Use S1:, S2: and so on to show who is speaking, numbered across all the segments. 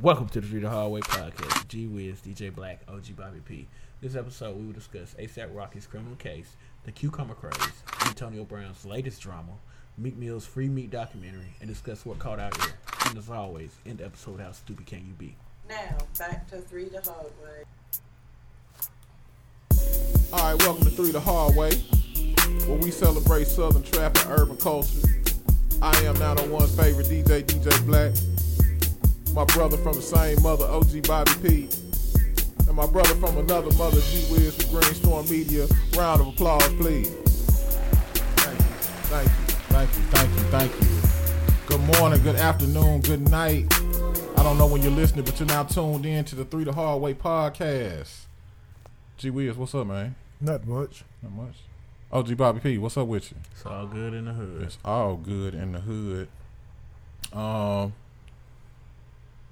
S1: Welcome to the Street the Hard Way podcast. G Wiz, DJ Black, OG Bobby P. This episode, we will discuss ASAP Rocky's criminal case, the cucumber craze, Antonio Brown's latest drama, Meat Mill's free meat documentary, and discuss what caught our ear. And as always, end the episode, how stupid can you be?
S2: Now, back to three the hard way.
S3: All right, welcome to Three the Hard Way, where we celebrate Southern trap and urban culture. I am 901's favorite DJ, DJ Black. My brother from the same mother, OG Bobby P. And my brother from another mother, G Wiz from Greenstorm Media. Round of applause, please. Thank you, thank you, thank you, thank you, thank you. Good morning, good afternoon, good night. I don't know when you're listening, but you're now tuned in to the Three the Hard Way podcast. G Wiz, what's up, man?
S4: Not much.
S3: Not much. OG Bobby P, what's up with you?
S1: It's all good in the hood.
S3: It's all good in the hood. Um,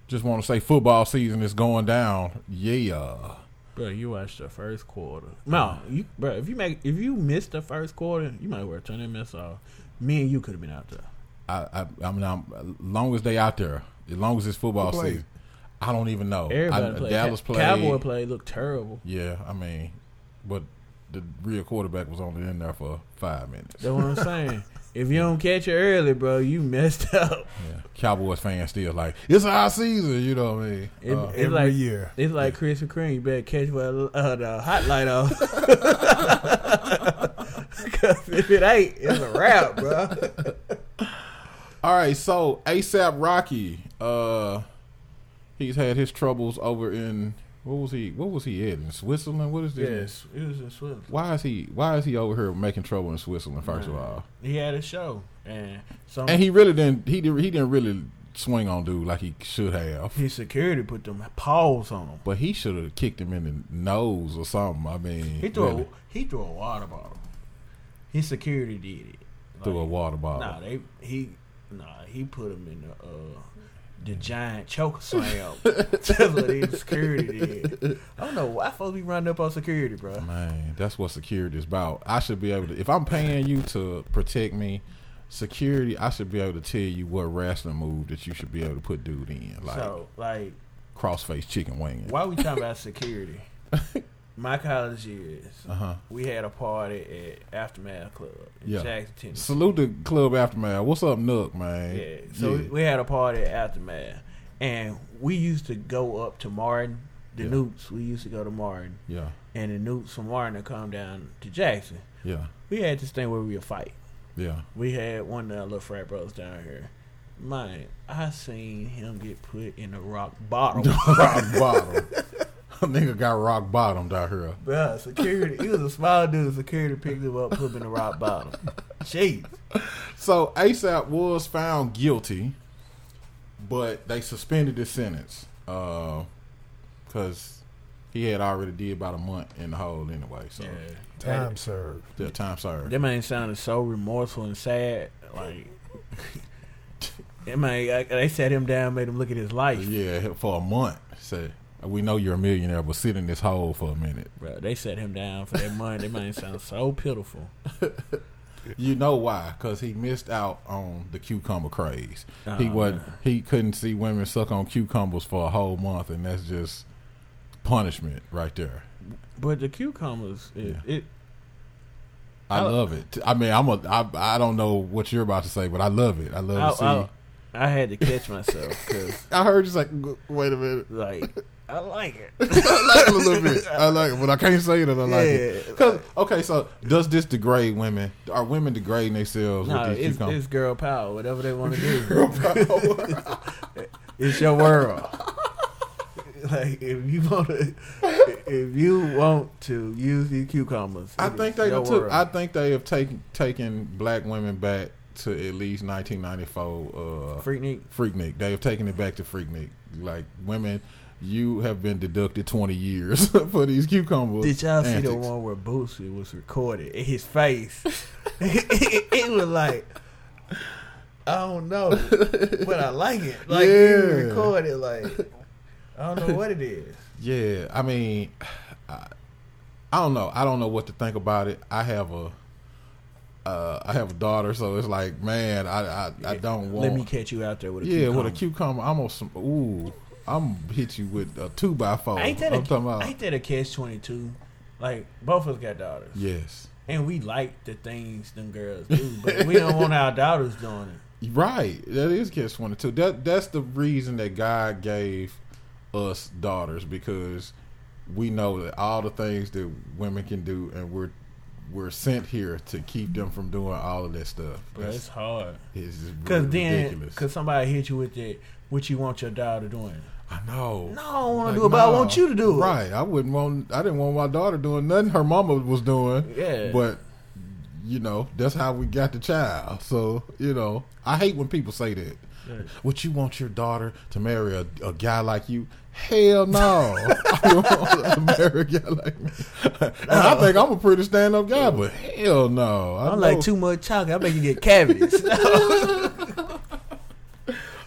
S3: just want to say football season is going down. Yeah,
S1: Bro, you watched the first quarter. No, you, bro, if you make if you missed the first quarter, you might as well turn that mess off. Me and you could have been out there.
S3: I, I, I mean, I'm longest day out there. As long as it's football
S4: Who played?
S3: season, I don't even know.
S1: Everybody
S3: I,
S1: played.
S3: Dallas
S1: Ca-
S3: played.
S1: Cowboy played. Looked terrible.
S3: Yeah, I mean, but the real quarterback was only in there for five minutes.
S1: That's what I'm saying. If you don't catch it early, bro, you messed up.
S3: Yeah. Cowboys fans still like it's our season. You know what I mean?
S1: It,
S3: Uh,
S1: it's
S4: every
S1: like
S4: year.
S1: it's like Krispy Kreme. You better catch what uh, the hot light off. Cause if it ain't, it's a wrap, bro.
S3: All right, so ASAP Rocky, uh, he's had his troubles over in what was he? What was he at in Switzerland? What is this?
S1: it was in Switzerland.
S3: Why is he? Why is he over here making trouble in Switzerland? First of
S1: Right.
S3: all,
S1: He had a show, and some
S3: and he really didn't. He didn't. He didn't really swing on dude like he should have.
S1: his security put them paws on him.
S3: But he should have kicked him in the nose or something. I mean,
S1: He threw
S3: really,
S1: a, he threw a water bottle. His security did it.
S3: threw a
S1: Like,
S3: water bottle.
S1: Nah, they he nah he put him in the uh the giant choke slam. That's what his security did. I don't know why folks be running up on security, bro.
S3: Man, that's what security is about. I should be able to, if I'm paying you to protect me, security, I should be able to tell you what wrestling move that you should be able to put dude in, like
S1: so like,
S3: crossface chicken wing.
S1: why we talking about security? My college years,
S3: Uh huh.
S1: we had a party at Aftermath Club in
S3: Yeah.
S1: Jackson, Tennessee.
S3: Salute the club aftermath. What's up, Nook, man?
S1: Yeah. So we- we had a party at Aftermath, and we used to go up to Martin, the
S3: Yeah.
S1: Newts. We used to go to Martin,
S3: yeah,
S1: and the Newts from Martin would come down to Jackson.
S3: yeah,
S1: We had this thing where we would fight.
S3: yeah.
S1: We had one of the little frat brothers down here. Man, I seen him get put in the rock bottom.
S3: rock bottom. Nigga got rock bottomed out here.
S1: Bruh, security. He was a small dude. Security picked him up, put him in the rock bottom. Jeez.
S3: So ASAP was found guilty, but they suspended his sentence because he had already did about a month in the hole anyway. So
S4: Time served.
S3: the time served.
S1: That man sounded so remorseful and sad. Like, that man, like, they sat him down, made him look at his life.
S3: Yeah, for a month. Said we know you're a millionaire, but sit in this hole for a minute.
S1: Bro, they sat him down for that money. That man sounded so pitiful.
S3: You know why? Because he missed out on the cucumber craze. he
S1: Oh,
S3: was not he couldn't see women suck on cucumbers for a whole month, and that's just punishment right there.
S1: But the cucumbers, it, it
S3: I,
S1: I-
S3: love it. I mean, I'm a. I, I don't know what you're about to say, but I love it. I
S1: I,
S3: love to see.
S1: I, I had to catch myself because,
S3: I heard just like, "G- wait a minute.
S1: like, I like it.
S3: I like it a little bit. I like it, but I can't say that I like
S1: Yeah.
S3: it. 'Cause- okay, so does this degrade women? Are women degrading themselves
S1: No,
S3: with these
S1: it's,
S3: cucumbers?
S1: it's girl power. Whatever they want to do, it's your world. like if you want to, if you want to use these cucumbers,
S3: I
S1: it
S3: think
S1: is
S3: they
S1: your
S3: took,
S1: world.
S3: I think they have taken taken black women back to at least 1994. Uh,
S1: Freaknik.
S3: Freaknik. They have taken it back to Freaknik. Like women, you have been deducted 20 years for these cucumbers.
S1: Did y'all see the
S3: antics.
S1: one where Boosie was recorded in his face? it, was like, I don't know, but I like it. Like
S3: Yeah.
S1: you recorded, like I don't know what it is.
S3: Yeah, I mean, I, I don't know. I don't know what to think about it. I have a, uh, I have a daughter, so it's like, man, I, I, I don't want.
S1: Let me catch you out there with a
S3: yeah,
S1: cucumber.
S3: with a cucumber, almost some. Ooh, I'm hit you with a two by four.
S1: Ain't that
S3: Oh, I'm
S1: a,
S3: talking about
S1: ain't that a catch twenty two? Like both of us got daughters,
S3: yes,
S1: and we like the things them girls do, but we don't want our daughters doing it.
S3: right. That is catch twenty two. That that's the reason that God gave us daughters because we know that all the things that women can do, and we're we're sent here to keep them from doing all of that stuff.
S1: But it's hard
S3: it's just
S1: because then
S3: ridiculous.
S1: because somebody hit you with that. What you want your daughter doing?
S3: I know.
S1: No, I don't want
S3: Like,
S1: to do it, but I
S3: nah.
S1: want you to do it.
S3: Right. I wouldn't want. I didn't want my daughter doing nothing her mama was doing.
S1: Yeah.
S3: But you know, that's how we got the child. So you know, I hate when people say that.
S1: Yeah.
S3: Would you want your daughter to marry a, a guy like you? Hell no! I don't want her to marry a guy like me. And I think I'm a pretty stand up guy, but hell no! I
S1: I'm like
S3: know-
S1: too much chocolate. I make you get cavities.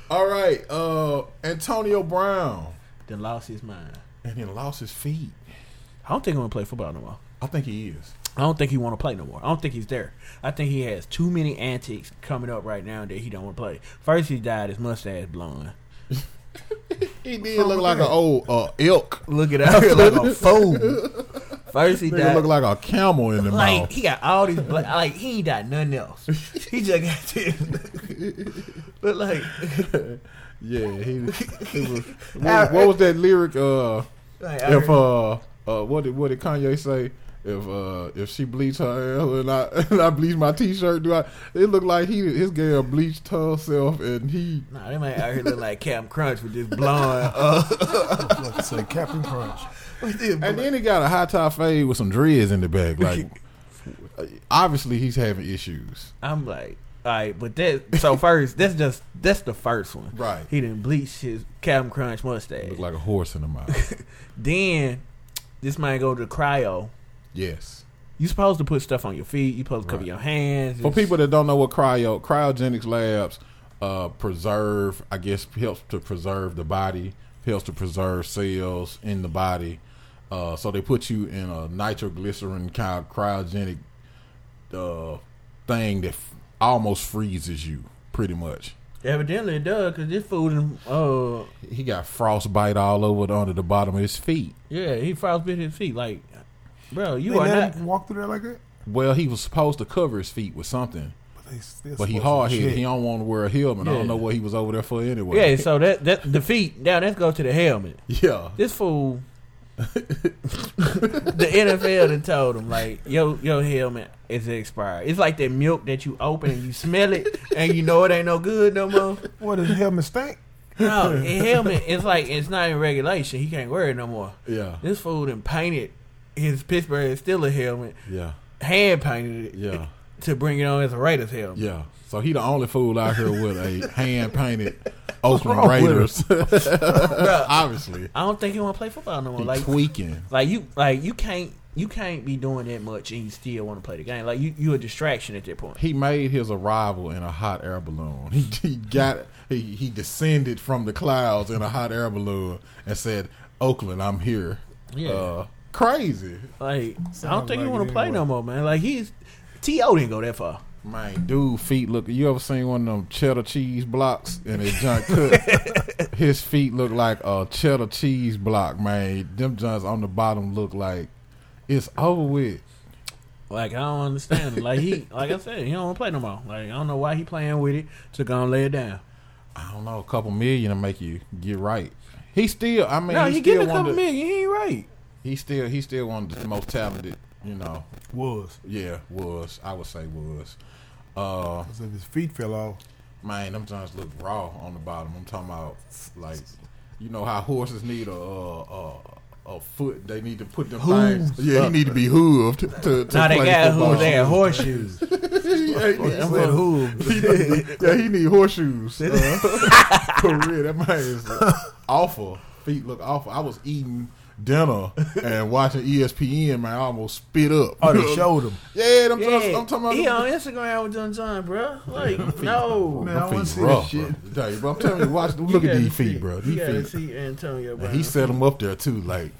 S3: All right, uh, Antonio Brown,
S1: then lost his mind.
S3: and he lost his feet.
S1: I don't think I'm gonna play football no more.
S3: I think he is.
S1: I don't think he want to play no more. I don't think he's there. I think he has too many antics coming up right now that he don't want to play. First, he dyed his mustache blonde.
S3: He did look like an old uh, elk.
S1: Look it out here like a fool. First, he
S3: Nigga
S1: dyed
S3: look
S1: like,
S3: like a camel in the mouth.
S1: he got all these black. Like he ain't dyed nothing else. He just got this. look like
S3: Yeah, he, he was. What, what was that lyric? Uh,
S1: like I
S3: if
S1: heard-
S3: uh, uh, what did what did Kanye say? If uh, if she bleached her hair and I and I bleach my t-shirt, do I? It looked like he his girl bleached herself and he.
S1: Nah, they might out here look like Captain Crunch with this blonde. Uh,
S4: I was about to say Captain Crunch.
S1: with this
S3: And
S1: blonde.
S3: then he got a high top fade with some dreads in the back. Like, obviously he's having issues.
S1: I'm like, all right, but that. So first, that's just that's the first one.
S3: Right.
S1: He didn't bleach his Captain Crunch mustache.
S3: Look like a horse in the mouth.
S1: Then this might go to cryo.
S3: yes.
S1: You supposed to put stuff on your feet. You supposed to cover
S3: Right.
S1: your hands.
S3: For
S1: It's-
S3: people that don't know what cryo cryogenics labs uh, preserve, I guess helps to preserve the body, helps to preserve cells in the body. Uh, so they put you in a nitroglycerin kind of cryogenic uh, thing that f- almost freezes you, pretty much.
S1: evidently it does because this food and uh
S3: He got frostbite all over the, under the bottom of his feet.
S1: yeah he frostbit his feet like, bro you
S4: They
S1: are
S4: let
S1: not
S4: him walk through there like that?
S3: Well, he was supposed to cover his feet with something,
S4: But, they still
S3: but he hard
S4: supposed to
S3: headed.
S4: check.
S3: He don't want to wear a helmet. I
S1: Yeah.
S3: don't know what he was over there for anyway.
S1: yeah so that that the feet now let's go to the helmet
S3: yeah.
S1: this fool the NFL done told him like yo your helmet is expired it's like that milk that you open and you smell it and you know it ain't no good no more
S4: What does helmet stink?
S1: no a helmet it's like it's not in regulation he can't wear it no more
S3: Yeah.
S1: This fool done painted his Pittsburgh Steelers helmet,
S3: Yeah.
S1: hand painted it
S3: Yeah.
S1: to bring it on as a Raiders helmet.
S3: Yeah. So he the only fool out here with a hand painted Oakland
S4: wrong with
S3: Raiders. Obviously.
S1: I don't think he want to play football no more.
S3: He
S1: Like,
S3: tweaking.
S1: like you, like you can't, you can't be doing that much and you still want to play the game. Like you, you a distraction at that point.
S3: He made his arrival in a hot air balloon. He, he got he, he descended from the clouds in a hot air balloon and said, Oakland, I'm here.
S1: Yeah.
S3: Uh, crazy.
S1: Like I don't
S4: Sound
S1: think he
S4: like
S1: want
S4: it
S1: to play
S4: anyway.
S1: no more, man. Like he's To didn't go that far.
S3: Man, dude, feet look. You ever seen one of them cheddar cheese blocks and his junk cut? his feet look like a cheddar cheese block, man. Them joints on the bottom look like it's over with.
S1: Like I don't understand. Like he, like I said, he don't want to play no more. Like I don't know why he playing with it. To go and lay it down.
S3: I don't know, a couple million to make you get right. He still, I mean,
S1: no,
S3: he,
S1: he
S3: still
S1: getting a
S3: one
S1: couple
S3: of the,
S1: million. He ain't right.
S3: he still, he still one of the most talented. You know,
S4: Was.
S3: yeah, was I would say was. Uh,
S4: Because if his feet fell off,
S3: man, them joints look raw on the bottom. I'm talking about like, you know how horses need a a, a, a foot. They need to put them things. Yeah, he need to be hooved to. to
S1: Now they
S3: play
S1: got
S3: football.
S1: who? They got horseshoes.
S3: yeah, he need-
S1: I'm with who?
S3: yeah, he need horseshoes. Uh, for real, that man is awful. Feet look awful. I was eating dinner and watching E ESPN. Man, I almost spit up.
S4: oh, they showed him.
S3: Yeah, them
S1: Yeah,
S3: I'm talking about.
S1: he on Instagram with John John, bro. Like, no.
S4: Man, I wanna see
S3: rough,
S4: this
S3: bro. Tell you, bro. I'm telling you, watch. Look
S1: You
S3: at
S1: gotta
S3: these
S1: see-
S3: feet, bro.
S1: You gotta
S3: These feet.
S1: see Antonio, bro.
S3: And he set them up there too, like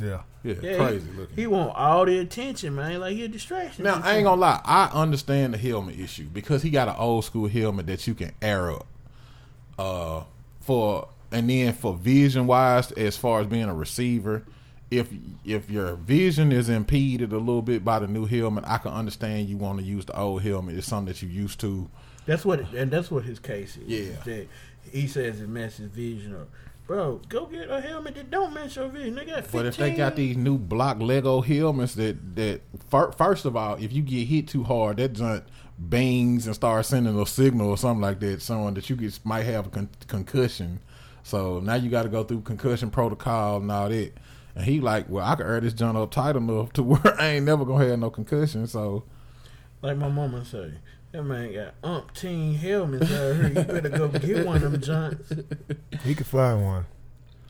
S4: Yeah.
S3: yeah,
S1: Yeah,
S3: crazy
S1: he,
S3: looking.
S1: He want all the attention, man. Like he a distraction.
S3: Now I ain't gonna lie, I understand the helmet issue because he got an old school helmet that you can air up. Uh, for And then for vision wise, as far as being a receiver, if if your vision is impeded a little bit by the new helmet, I can understand you want to use the old helmet. It's something that you used to.
S1: That's what, and that's what his case is.
S3: Yeah.
S1: That he says it messes vision up. Bro, go get a helmet that don't mess your vision. They got 15.
S3: But if they got these new block Lego helmets that that fir- first of all, if you get hit too hard, that junk bangs and starts sending a signal or something like that, showing that you get, might have a con- concussion. So now you got to go through concussion protocol and all that. And he like, well, I could air this junk up tight enough to where I ain't never gonna have no concussion. So
S1: Like my mama say, that man got umpteen helmets out here. You better go get one of them junks.
S4: He could find one.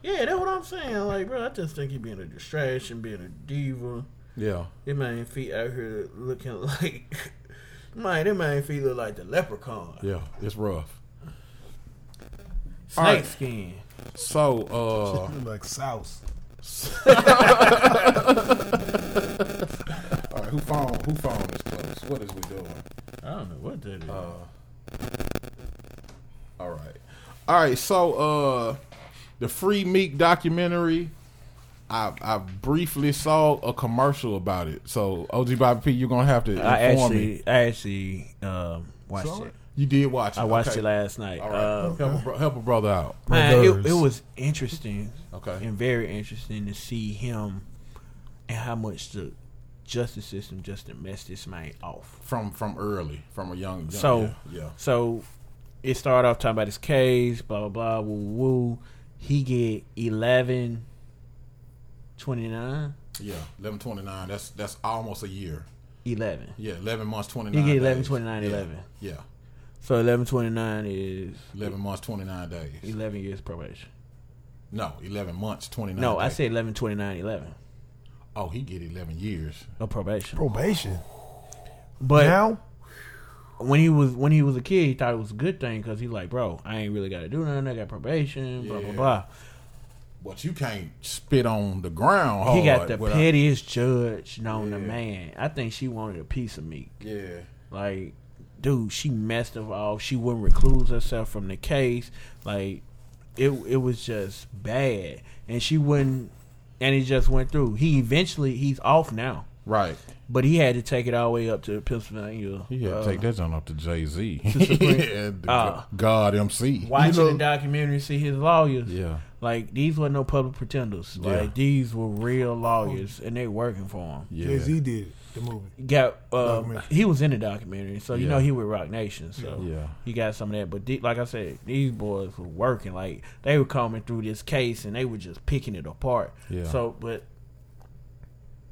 S1: Yeah, that's what I'm saying. Like, bro, I just think he being a distraction, being a diva.
S3: yeah,
S1: That man feet out here looking like, man, that man feet look like the leprechaun.
S3: yeah, it's rough.
S1: Snake
S3: All right.
S1: skin.
S3: So uh,
S4: like sauce.
S3: all right, who phone? Who phone is close? What is we doing?
S1: I don't know what that is.
S3: All right. All right, so uh the Free Meek documentary I I briefly saw a commercial about it. So OG Bobby P, you're going to have to inform
S1: I
S3: me.
S1: actually, I actually um, watched
S4: Saw
S1: it.
S4: it?
S3: You did watch it.
S1: I watched
S3: okay.
S1: it last night.
S3: All right.
S1: Uh,
S3: help, a, bro- help a brother out.
S1: man, it,
S4: Brothers.
S1: it was interesting.
S3: Okay.
S1: and very interesting to see him and how much the justice system just done messed this man off.
S3: From from early, from a young, young
S1: So-
S3: yeah. yeah.
S1: So it started off talking about his case, blah blah blah, woo woo. He get eleven twenty nine.
S3: Yeah, 1129. That's that's almost a year.
S1: Eleven.
S3: Yeah, 11 months 29.
S1: He get
S3: days.
S1: 11, 29,
S3: yeah.
S1: 11.
S3: Yeah.
S1: So eleven twenty nine is
S3: 11 months 29 days.
S1: eleven years probation.
S3: No, 11 months 29.
S1: No, I
S3: days.
S1: say 11, 29, 11
S3: Oh, he get 11 years.
S1: of probation.
S4: Probation.
S1: Oh. But
S4: now?
S1: when he was when he was a kid, he thought it was a good thing because he's like, bro, I ain't really got to do nothing. I got probation, blah blah
S3: Yeah.
S1: blah.
S3: But you can't spit on the ground hard.
S1: He got the
S3: without-
S1: pettiest judge known to
S3: Yeah.
S1: man. I think she wanted a piece of me.
S3: Yeah.
S1: Like, dude, she messed up off. She wouldn't recluse herself from the case. Like, it it was just bad, and she wouldn't. And it just went through. He eventually he's off now,
S3: Right.
S1: but he had to take it all the way up to Pennsylvania.
S3: He had
S1: uh,
S3: to take that on up to Jay Z.
S1: Supreme- Ah.
S3: God MC.
S1: Watching
S3: You know-
S1: the documentary, see his lawyers.
S3: Yeah.
S1: Like these were no public pretenders. Like
S3: Yeah.
S1: these were real lawyers, and they working for him.
S3: Yeah.
S4: Jay Z did it, the movie.
S1: got uh,
S4: Documentary.
S1: he was in the documentary, so you
S3: Yeah.
S1: know he with Rock Nation, so
S3: Yeah.
S1: he got some of that. But the- like I said, these boys were working like they were coming through this case and they were just picking it apart.
S3: Yeah.
S1: So, but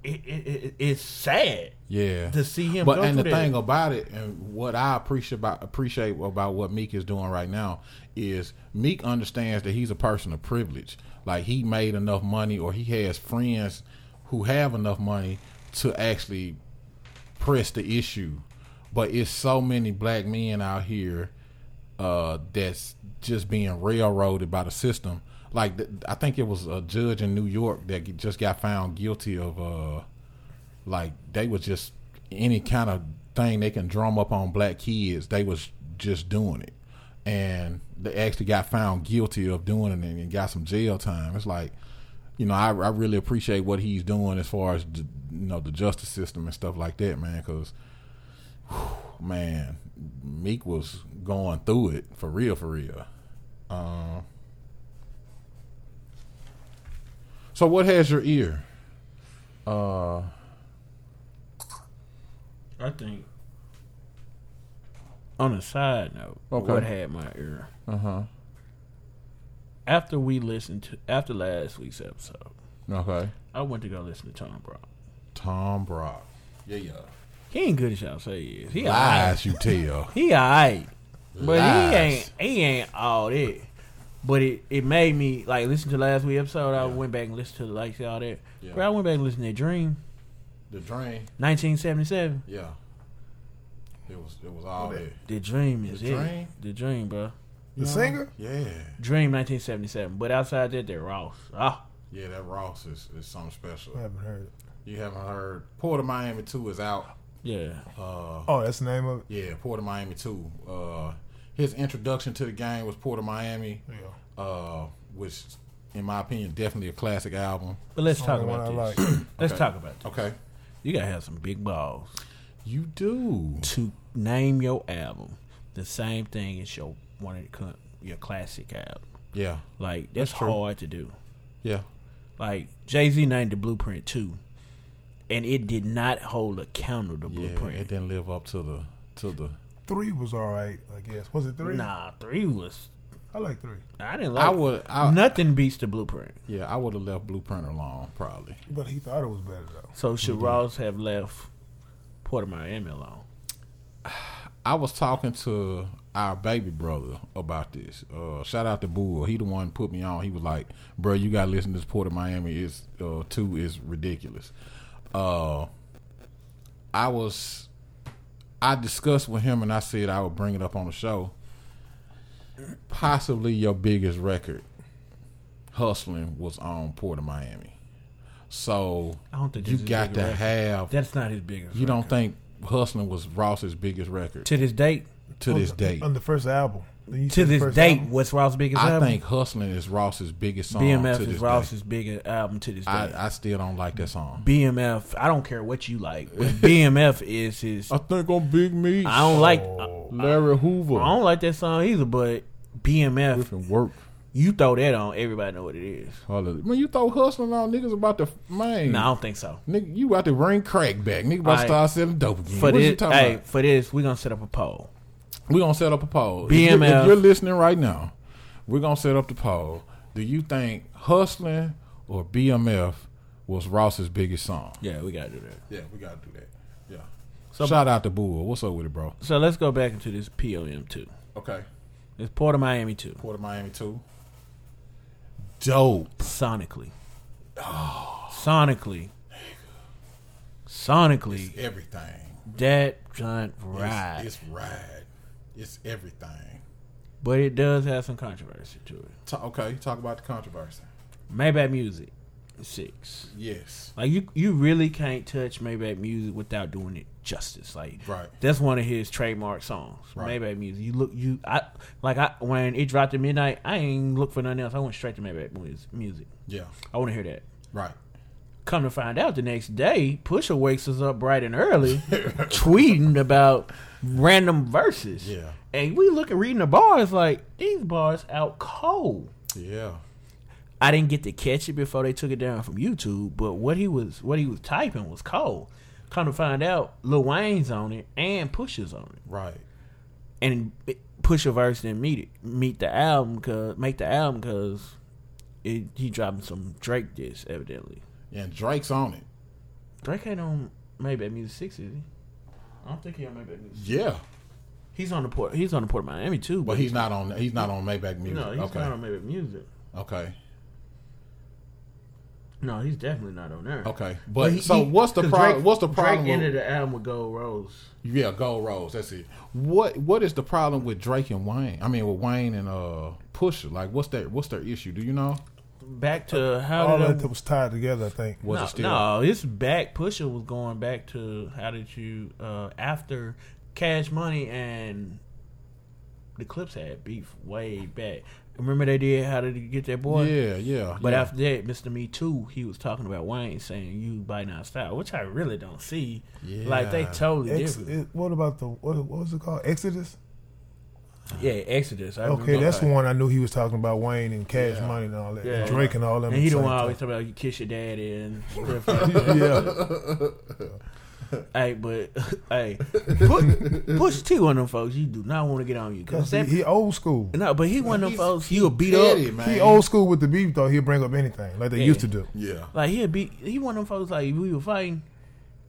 S1: it, it, it it's sad
S3: Yeah.
S1: to see him.
S3: But
S1: go
S3: and the
S1: through that.
S3: thing about it, and what I appreciate about appreciate about what Meek is doing right now is Meek understands that he's a person of privilege. Like he made enough money, or he has friends who have enough money to actually press the issue. But it's so many black men out here uh, that's just being railroaded by the system. Like th- I think it was a judge in New York that g- just got found guilty of uh, like they was just any kind of thing they can drum up on black kids. They was just doing it, and they actually got found guilty of doing it and got some jail time. It's like you know I, I really appreciate what he's doing as far as the, you know the justice system and stuff like that, man, because man, Meek was going through it for real, for real. Um, so what has your ear? Uh,
S1: I think. On a side note,
S3: Okay.
S1: what had my ear
S3: uh huh.
S1: after we listened to after last week's episode,
S3: Okay.
S1: I went to go listen to Tom Brown.
S3: Tom Brock. Yeah, yeah.
S1: He ain't good as y'all say he is. He alright.
S3: Lies you tell.
S1: He alright. But
S3: Lies.
S1: he ain't he ain't all that. But it, it made me like listen to last week episode. I went back and listened to the likes of all that.
S3: Yeah.
S1: Bro, I went back and listened to Dream,
S3: The drain.
S1: nineteen seventy seven.
S3: Yeah. It was. It was all there.
S1: The Dream is
S3: The
S1: it.
S3: Dream?
S1: The Dream, bro.
S4: The singer?
S3: Yeah.
S1: Dream nineteen seventy seven. But outside that, they're Ross. Ah,
S3: Yeah. That Ross is, is something special.
S4: I haven't heard it.
S3: You haven't heard. Port of Miami Two is out.
S1: yeah.
S3: Uh,
S4: Oh, that's the name of it?
S3: Yeah, Port of Miami too. Uh, his introduction to the game was Port of Miami.
S4: Yeah.
S3: Uh, which, in my opinion, definitely a classic album.
S1: But let's
S4: Only
S1: talk
S4: one
S1: about
S4: I
S1: this.
S4: like.
S1: Let's
S3: Okay.
S1: talk about this.
S3: Okay,
S1: You gotta have some big balls
S3: you do.
S1: to name your album the same thing as your one of the, cl- your classic album.
S3: Yeah,
S1: Like that's,
S3: true.
S1: hard to do.
S3: yeah.
S1: Like Jay Z named the Blueprint too, and it did not hold a candle to
S3: Yeah,
S1: Blueprint.
S3: it didn't live up to the to the.
S4: Three was all right, I guess. Was it three?
S1: Nah, three was.
S4: I like three.
S1: I didn't like.
S3: I would, I,
S1: nothing beats the Blueprint.
S3: yeah, I would have left Blueprint alone probably.
S4: But he thought it was better though.
S1: So should Ross have left Port of Miami alone?
S3: I was talking to our baby brother about this. Uh, shout out to Bull. He the one put me on. He was like, "Bro, you gotta listen to this Port of Miami. It's uh, two is ridiculous." Uh, I was, I discussed with him and I said I would bring it up on the show. Possibly your biggest record, hustling, was on Port of Miami. So
S1: I don't think
S3: you
S1: that's his
S3: got to
S1: biggest record.
S3: have.
S1: That's not his biggest.
S3: You don't think hustling was Ross's biggest record?
S1: to this date.
S3: to this
S4: On-
S3: day.
S4: On the first album. Then you
S1: To
S4: said the
S1: this
S4: first
S1: date,
S4: album?
S1: what's Ross's biggest
S3: I
S1: album?
S3: think Hustling is Ross's biggest song.
S1: BMF
S3: to
S1: is
S3: this day.
S1: Ross's biggest album to this day.
S3: I, I still don't like that song.
S1: BMF, I don't care what you like. but BMF is his.
S3: I think on Big Me,
S1: I don't like. I
S4: Oh.
S3: Larry Hoover.
S1: don't like that song either. But BMF,
S3: Different work.
S1: you throw that on, everybody know what it is.
S3: All of it. When you throw Hustling on, niggas about to man.
S1: No, I don't think so.
S3: Nigga, you about to bring crack back. Nigga about to
S1: Aight.
S3: start selling dope again.
S1: For
S3: what you
S1: this,
S3: talking
S1: hey,
S3: about?
S1: for this, we're gonna set up a poll.
S3: We're gonna set up a poll. If, you're,
S1: BMF.
S3: if you're listening right now, we're gonna set up the poll. Do you think Hustling or BMF was Ross's biggest song?
S1: Yeah, we gotta do that.
S3: Yeah, we gotta do that. Yeah.
S1: So-
S3: Shout out to Bull. What's up with it, bro?
S1: So let's go back into this POM two.
S3: Okay.
S1: It's Port of Miami two,
S3: Port of Miami too. Dope.
S1: sonically, sonically, sonically.
S3: Everything.
S1: That joint
S3: It's-
S1: ride,
S3: It's, ride. It's everything.
S1: but it does have some controversy to it.
S3: Ta- okay, talk about the controversy.
S1: Maybach Music six.
S3: Yes.
S1: Like you, you really can't touch Maybach Music without doing it justice. Like
S3: Right.
S1: that's one of his trademark songs.
S3: Right.
S1: Maybach Music. You look, you I like I when it dropped at midnight. I ain't look for nothing else. I went straight to Maybach Mus- Music.
S3: Yeah.
S1: I want to hear that.
S3: Right.
S1: Come to find out, the next day, Pusha wakes us up bright and early, tweeting about random verses.
S3: Yeah.
S1: and we look at reading the bars like these bars out cold.
S3: Yeah.
S1: I didn't get to catch it before they took it down from YouTube, but what he was what he was typing was cold. Come to find out, Lil Wayne's on it and Pusha's on it,
S3: Right.
S1: and Pusha verse didn't meet it, meet the album cause make the album cause it, he dropping some Drake diss evidently.
S3: And Drake's on it.
S1: Drake ain't on Maybach Music Six, is he? I don't think he on Maybach Music.
S3: Yeah.
S1: He's on the port. He's on the port of Miami too,
S3: But he's not on he's not on Maybach Music.
S1: No, he's
S3: okay.
S1: not on Maybach Music.
S3: okay.
S1: No, he's definitely not on there.
S3: Okay. But,
S1: he-
S3: so
S1: he-
S3: what's the
S1: 'cause
S3: problem
S1: Drake-
S3: what's the
S1: Drake
S3: problem with-
S1: ended the album with Gold Rose.
S3: Yeah, Gold Rose. That's it. What What is the problem with Drake and Wayne? I mean, with Wayne and uh Pusha. Like, what's their What's their issue? Do you know?
S1: back to how
S4: All
S1: did I-
S4: that was tied together, I think.
S3: Was
S1: no,
S3: it still
S1: no, it's back. Pusher was going back to how did you uh, after Cash Money and the Clips had beef way back. Remember they did how did you get that boy?
S3: Yeah, yeah.
S1: But
S3: yeah.
S1: after that, Mr. Me Too, he was talking about Wayne saying you bite not style, which I really don't see. Like they
S3: Yeah.
S1: totally
S4: Ex-
S1: different.
S4: it- what about the what, what was it called? Exodus.
S1: yeah, Exodus. I remember
S4: Okay, that's
S1: that.
S4: the one I knew he was talking about Wayne and Cash
S3: Yeah.
S4: Money and all that,
S1: Yeah.
S4: and Drake and all that.
S1: And he the one always talk about you kiss your daddy and
S4: yeah,
S1: Hey, but hey, push, push T one of them folks. You do not want to get on you because
S4: because he,
S1: that
S4: he old school.
S1: no, but he one of them
S3: He's-
S1: folks.
S3: he's
S1: He'll beat
S3: petty,
S1: up.
S3: man.
S4: He old school with the beef though. He'll bring up anything like they
S1: Yeah.
S4: used to do.
S3: Yeah.
S1: Like he'll beat. He one of them folks. Like if we were fighting,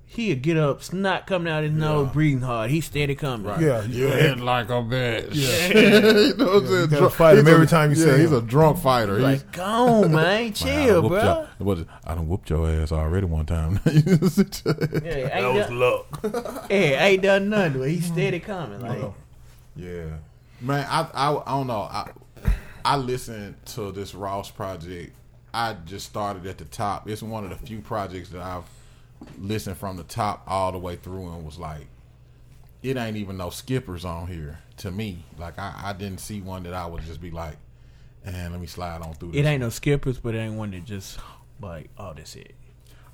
S1: he'd get up, snot coming out his nose, breathing hard. He steady coming.
S3: Right.
S4: Yeah.
S3: You hit like a bitch. you know what I'm saying?
S4: you gotta
S3: Drunk-
S4: fight him
S3: he's a-
S4: every time you
S3: yeah,
S4: see him.
S3: He's a drunk fighter. He's-
S1: Like, go on, man,
S3: Man, I done
S1: chill,
S3: whooped
S1: bro.
S3: your- what is- I done whooped your ass already one time.
S1: Yeah, ain't done,
S4: luck.
S1: yeah, ain't done nothing. But he steady coming. Like,
S3: Yeah, man. I I, I don't know. I I listened to this Ross project. I just started at the top. It's one of the few projects that I've listened from the top all the way through and was like, it ain't even no skippers on here to me. Like I, I didn't see one that I would just be like, and let me slide on through. This.
S1: It ain't no skippers, but it ain't one that just like, oh, that's it.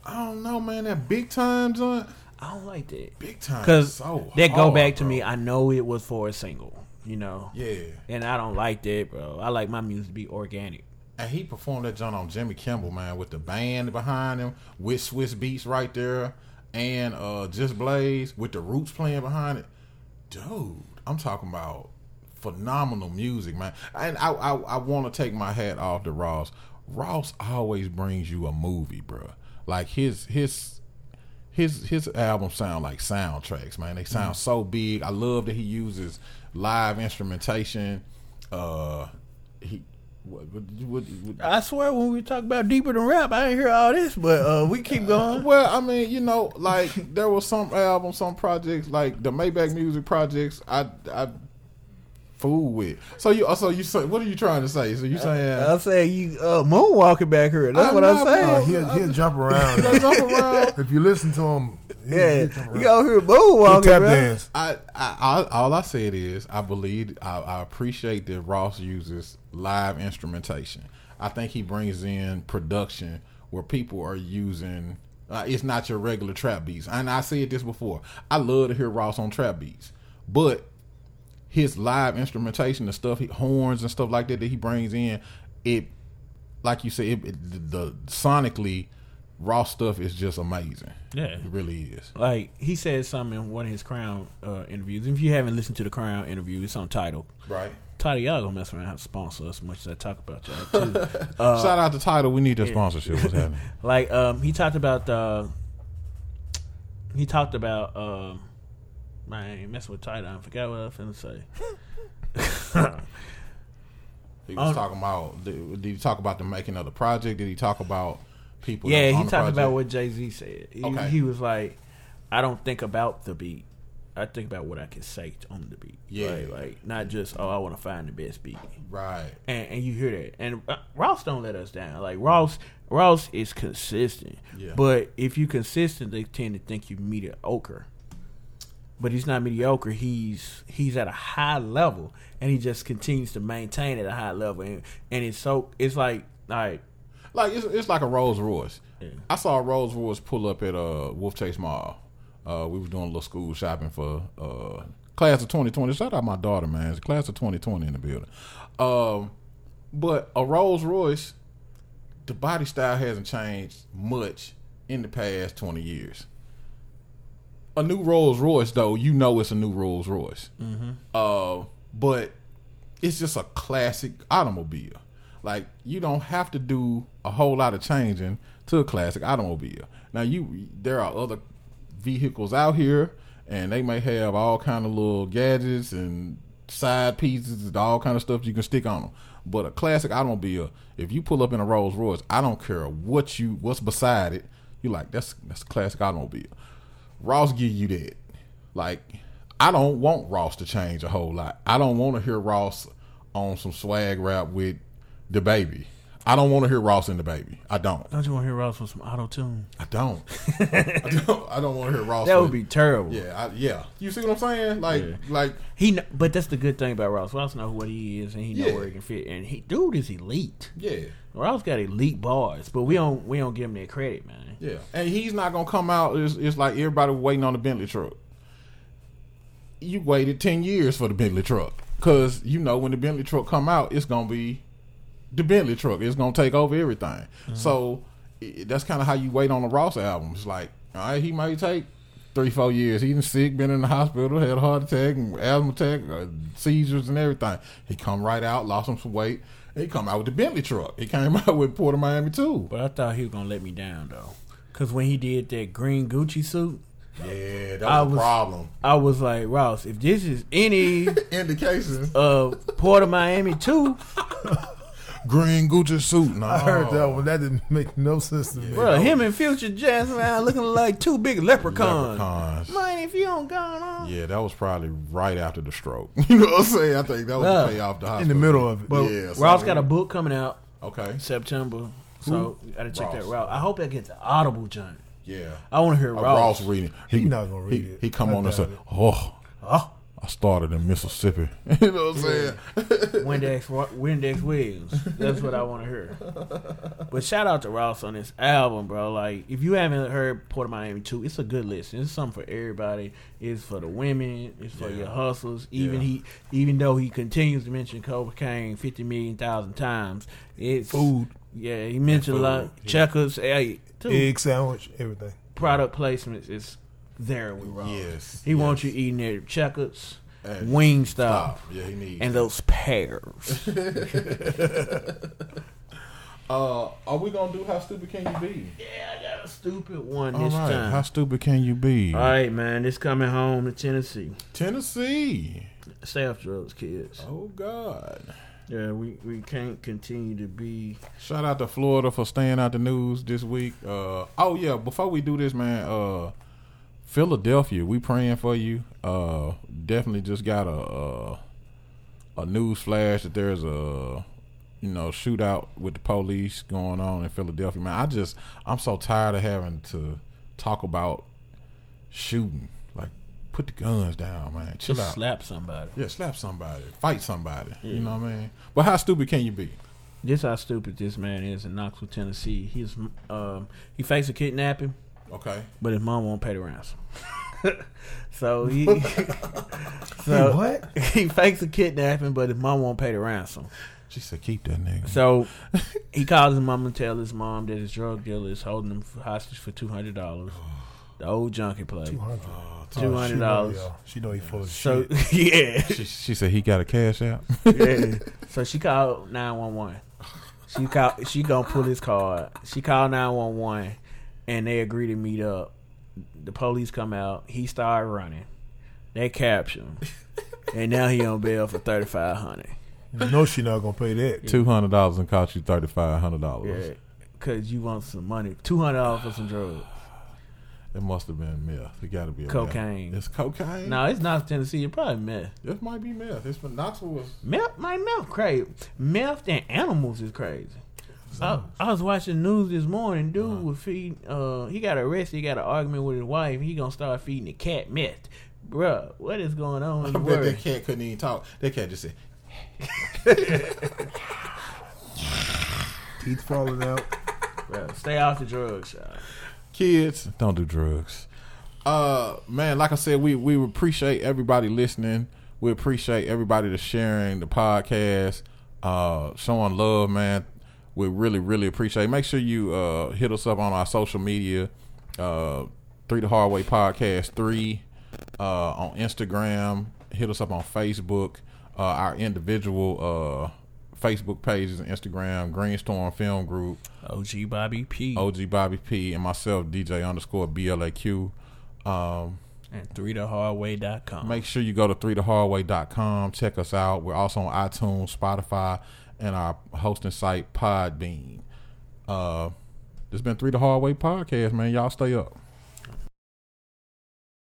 S3: I don't know, man. That big time, son.
S1: I don't like that
S3: Big time.
S1: because
S3: so
S1: that go
S3: hard,
S1: back to
S3: bro.
S1: me. I know it was for a single, you know.
S3: Yeah,
S1: And I don't like that, bro. I like my music to be organic.
S3: and he performed that joint on Jimmy Kimmel, man, with the band behind him, with Swiss Beats right there, and uh Just Blaze with the Roots playing behind it. Dude, I'm talking about phenomenal music, man. And I I, I want to take my hat off to Ross. Ross always brings you a movie, bro. Like his his his his albums sound like soundtracks, man. They
S1: Mm-hmm.
S3: sound so big. I love that he uses live instrumentation. Uh, he what, what, what, what-
S1: I swear, when we talk about deeper than rap, I ain't hear all this, but uh, we keep going.
S3: well, I mean, you know, like there was some albums, some projects, like the Maybach Music projects. I I fool with. So you uh, so you say what are you trying to say? So you saying
S1: I'm saying you uh, moonwalking back here. That's
S3: I'm
S1: what I'm
S3: not
S4: Uh,
S1: saying.
S4: he'll, he'll jump around.
S3: jump around?
S4: if you listen to him, he'll, he'll jump
S1: Yeah,
S4: around.
S1: you out here
S4: He'll
S1: moonwalking,
S4: tap
S1: bro.
S4: dance.
S3: I, I, I all I said is I believe I, I appreciate that Ross uses live instrumentation. I think he brings in production where people are using. Uh, it's not your regular trap beats, and I said this before. I love to hear Ross on trap beats, but his live instrumentation, the stuff, he, horns and stuff like that that he brings in, it, like you said, it, it, the, sonically, Ross stuff is just amazing.
S1: Yeah.
S3: it really is.
S1: Like he said something in one of his Crown uh, interviews. If you haven't listened to the Crown interview, it's on title.
S3: Right.
S1: Title, y'all gonna mess around and sponsor us as much as I talk about y'all too.
S3: Shout out to title. We need your sponsorship. What's happening?
S1: Like um, he talked about uh, he talked about um, man, I ain't messing with title. I forgot what I was gonna say.
S3: He was talking about. Did, did he talk about the making of the project? Did he talk about people? that
S1: yeah,
S3: was
S1: he
S3: on the
S1: talked about
S3: project?
S1: what Jay Z said. He,
S3: Okay.
S1: he was like, I don't think about the beat. I think about what I can say on the beat.
S3: Yeah.
S1: Like, like, not just oh, I want to find the best beat.
S3: Right.
S1: and, and you hear that. And uh, Ross don't let us down. Like Ross, Ross is consistent.
S3: Yeah.
S1: But if you consistent, they tend to think you mediocre. But he's not mediocre. He's he's at a high level, and he just continues to maintain at a high level. And and it's so it's like like
S3: Like it's, it's like a Rolls Royce. I saw a Rolls Royce pull up at uh Wolf Chase Mall. Uh, we was doing a little school shopping for uh class of 2020. Shout out my daughter, man. It's class of 2020 in the building. Um, but a Rolls Royce, the body style hasn't changed much in the past 20 years. A new Rolls Royce, though, you know it's a new Rolls Royce. Uh, but it's just a classic automobile. Like you don't have to do a whole lot of changing to a classic automobile. Now you there are other vehicles out here and they may have all kind of little gadgets and side pieces and all kind of stuff you can stick on them. But a classic automobile, if you pull up in a Rolls Royce, I don't care what you what's beside it, you're like that's that's a classic automobile. Ross give you that. Like, I don't want Ross to change a whole lot. I don't want to hear Ross on some swag rap with the baby. I don't want to hear Ross in the baby. I don't.
S1: don't you want to hear Ross with some auto tune?
S3: I don't. I don't. I don't want to hear Ross.
S1: That would
S3: with-
S1: be terrible.
S3: Oh, Yeah. I, yeah. You see what I'm saying? Like, like.
S1: He, kn- but that's the good thing about Ross. Ross know what he is, and he know
S3: Yeah.
S1: where he can fit. And he, dude, is elite.
S3: Yeah.
S1: Ross got elite bars, but we don't we don't give him that credit, man.
S3: Yeah, and he's not gonna come out. It's, it's like everybody waiting on the Bentley truck. You waited ten years for the Bentley truck because you know when the Bentley truck come out, it's gonna be the Bentley truck. It's gonna take over everything. So i that's kind of how you wait on a Ross album. It's like, all right, he might take three, four years. He's been sick, been in the hospital, had a heart attack, and asthma attack, uh, seizures, and everything. He come right out, lost him some weight. He come out with the Bentley truck. He came out with Port of Miami too.
S1: But I thought he was gonna let me down though, cause when he did that green Gucci suit,
S3: Yeah, that
S1: I
S3: was a
S1: was-
S3: problem.
S1: I was like, Ross, if this is any
S3: Indications.
S1: of Port of Miami two,
S3: Green Gucci suit. No.
S4: I heard
S3: Oh.
S4: that one. That didn't make no sense to me.
S1: bro, him and Future Jazz around looking like two big leprechauns.
S3: Leprechauns.
S1: Man, if you don't gone on,
S3: Yeah, that was probably right after the stroke. you know what I'm saying? I think that was
S1: Yeah.
S3: the payoff the hospital.
S4: In the middle of it.
S3: But
S4: Yeah.
S3: yeah,
S1: Ross
S3: so-
S1: got a book coming out
S3: Okay.
S1: September, so you gotta check that
S3: Ross.
S1: route. I hope that gets an audible joint.
S3: Yeah.
S1: I want to hear
S3: A
S1: Ross.
S3: Uh, Ross reading.
S4: He not gonna read
S3: he,
S4: it.
S3: He come
S4: I
S3: on and
S4: doubt
S3: say,
S4: it.
S3: "Oh,
S1: Oh,
S3: I started in Mississippi. you know what I'm saying?
S1: Windex, wa- Windex Williams. That's what I want to hear. But shout out to Ross on this album, bro. Like, if you haven't heard Port of Miami 2, it's a good listen. It's something for everybody. It's for the women. It's for
S3: Yeah.
S1: your hustlers. Even
S3: Yeah.
S1: he, even though he continues to mention cocaine 50 million thousand times, it's
S3: Food.
S1: Yeah, he mentioned
S3: food,
S1: like
S3: yeah.
S1: checkers. Hey, dude,
S4: Egg sandwich, everything.
S1: product placements is there with Ross.
S3: Yes,
S1: He
S3: yes.
S1: wants you eating their checkers,
S3: Hey,
S1: wing
S3: Stop.
S1: stop,
S3: Yeah, he needs.
S1: and those pears.
S3: uh, are we gonna do how stupid can you be?
S1: Yeah, I got a stupid one
S3: All
S1: this
S3: right,
S1: time.
S3: how stupid can you be?
S1: All right, man. This coming home to Tennessee.
S3: Tennessee.
S1: Stay off drugs, kids.
S3: Oh God!
S1: Yeah, we, we can't continue to be.
S3: Shout out to Florida for staying out the news this week. Uh, oh yeah, before we do this, man, uh, Philadelphia, we praying for you. Uh, definitely just got a a, a news flash that there's a you know shootout with the police going on in Philadelphia. Man, I just I'm so tired of having to talk about shooting. Like, put the guns down, man. Chill
S1: Just
S3: out.
S1: slap somebody.
S3: Yeah, slap somebody, fight somebody. You know what I mean? But how stupid can you be?
S1: This how stupid this man is in Knoxville, Tennessee. He's um he faced a kidnapping,
S3: Okay.
S1: but his mom won't pay the ransom. so he so
S4: what?
S1: he fakes a kidnapping, but his mom won't pay the ransom.
S3: She said, keep that nigga.
S1: So he calls his mom and tells his mom that his drug dealer is holding him hostage for two hundred dollars. The old junkie play.
S4: Two hundred. Oh,
S1: Two hundred dollars.
S4: She know he full of
S1: So
S4: shit.
S1: yeah,
S3: she, she said he got a cash out.
S1: yeah. So she called nine one one. She call. She gonna pull his card. She called nine one one, and they agree to meet up. The police come out. He started running. They capture him, and now he on bail for thirty five hundred.
S4: You know she not gonna pay that.
S3: Two hundred dollars and cost you thirty five hundred dollars.
S1: Yeah, cause you want some money, two hundred dollars for some drugs.
S3: It must have been meth. It got to be a
S1: Cocaine.
S3: Meth. It's cocaine.
S1: No, it's not Tennessee. It probably meth.
S3: this might be meth. It's been Knoxville was.
S1: Meth, my meth crazy. Meth and animals is crazy. I, I was watching news this morning. Dude was feeding. Uh, he got arrested. He got an argument with his wife. He gonna start feeding the cat meth. Bruh, what is going on in the
S3: I bet that
S1: world?
S3: cat couldn't even talk. That cat just said,
S4: Teeth falling out.
S1: Bruh, stay off the drugs, y'all.
S3: kids don't do drugs uh man like i said we we appreciate everybody listening we appreciate everybody that's sharing the podcast uh showing love man we really really appreciate make sure you uh hit us up on our social media uh three the hard way podcast three uh on instagram hit us up on facebook uh our individual uh facebook pages and instagram greenstorm film group
S1: OG Bobby P
S3: OG Bobby P and myself, DJ underscore BLAQ. Um,
S1: and three the hard way dot com.
S3: make sure you go to 3thehardway.com. Check us out. We're also on iTunes, Spotify, and our hosting site, Podbean. Uh, this has been 3 The Hard Way Podcast, man. Y'all stay up.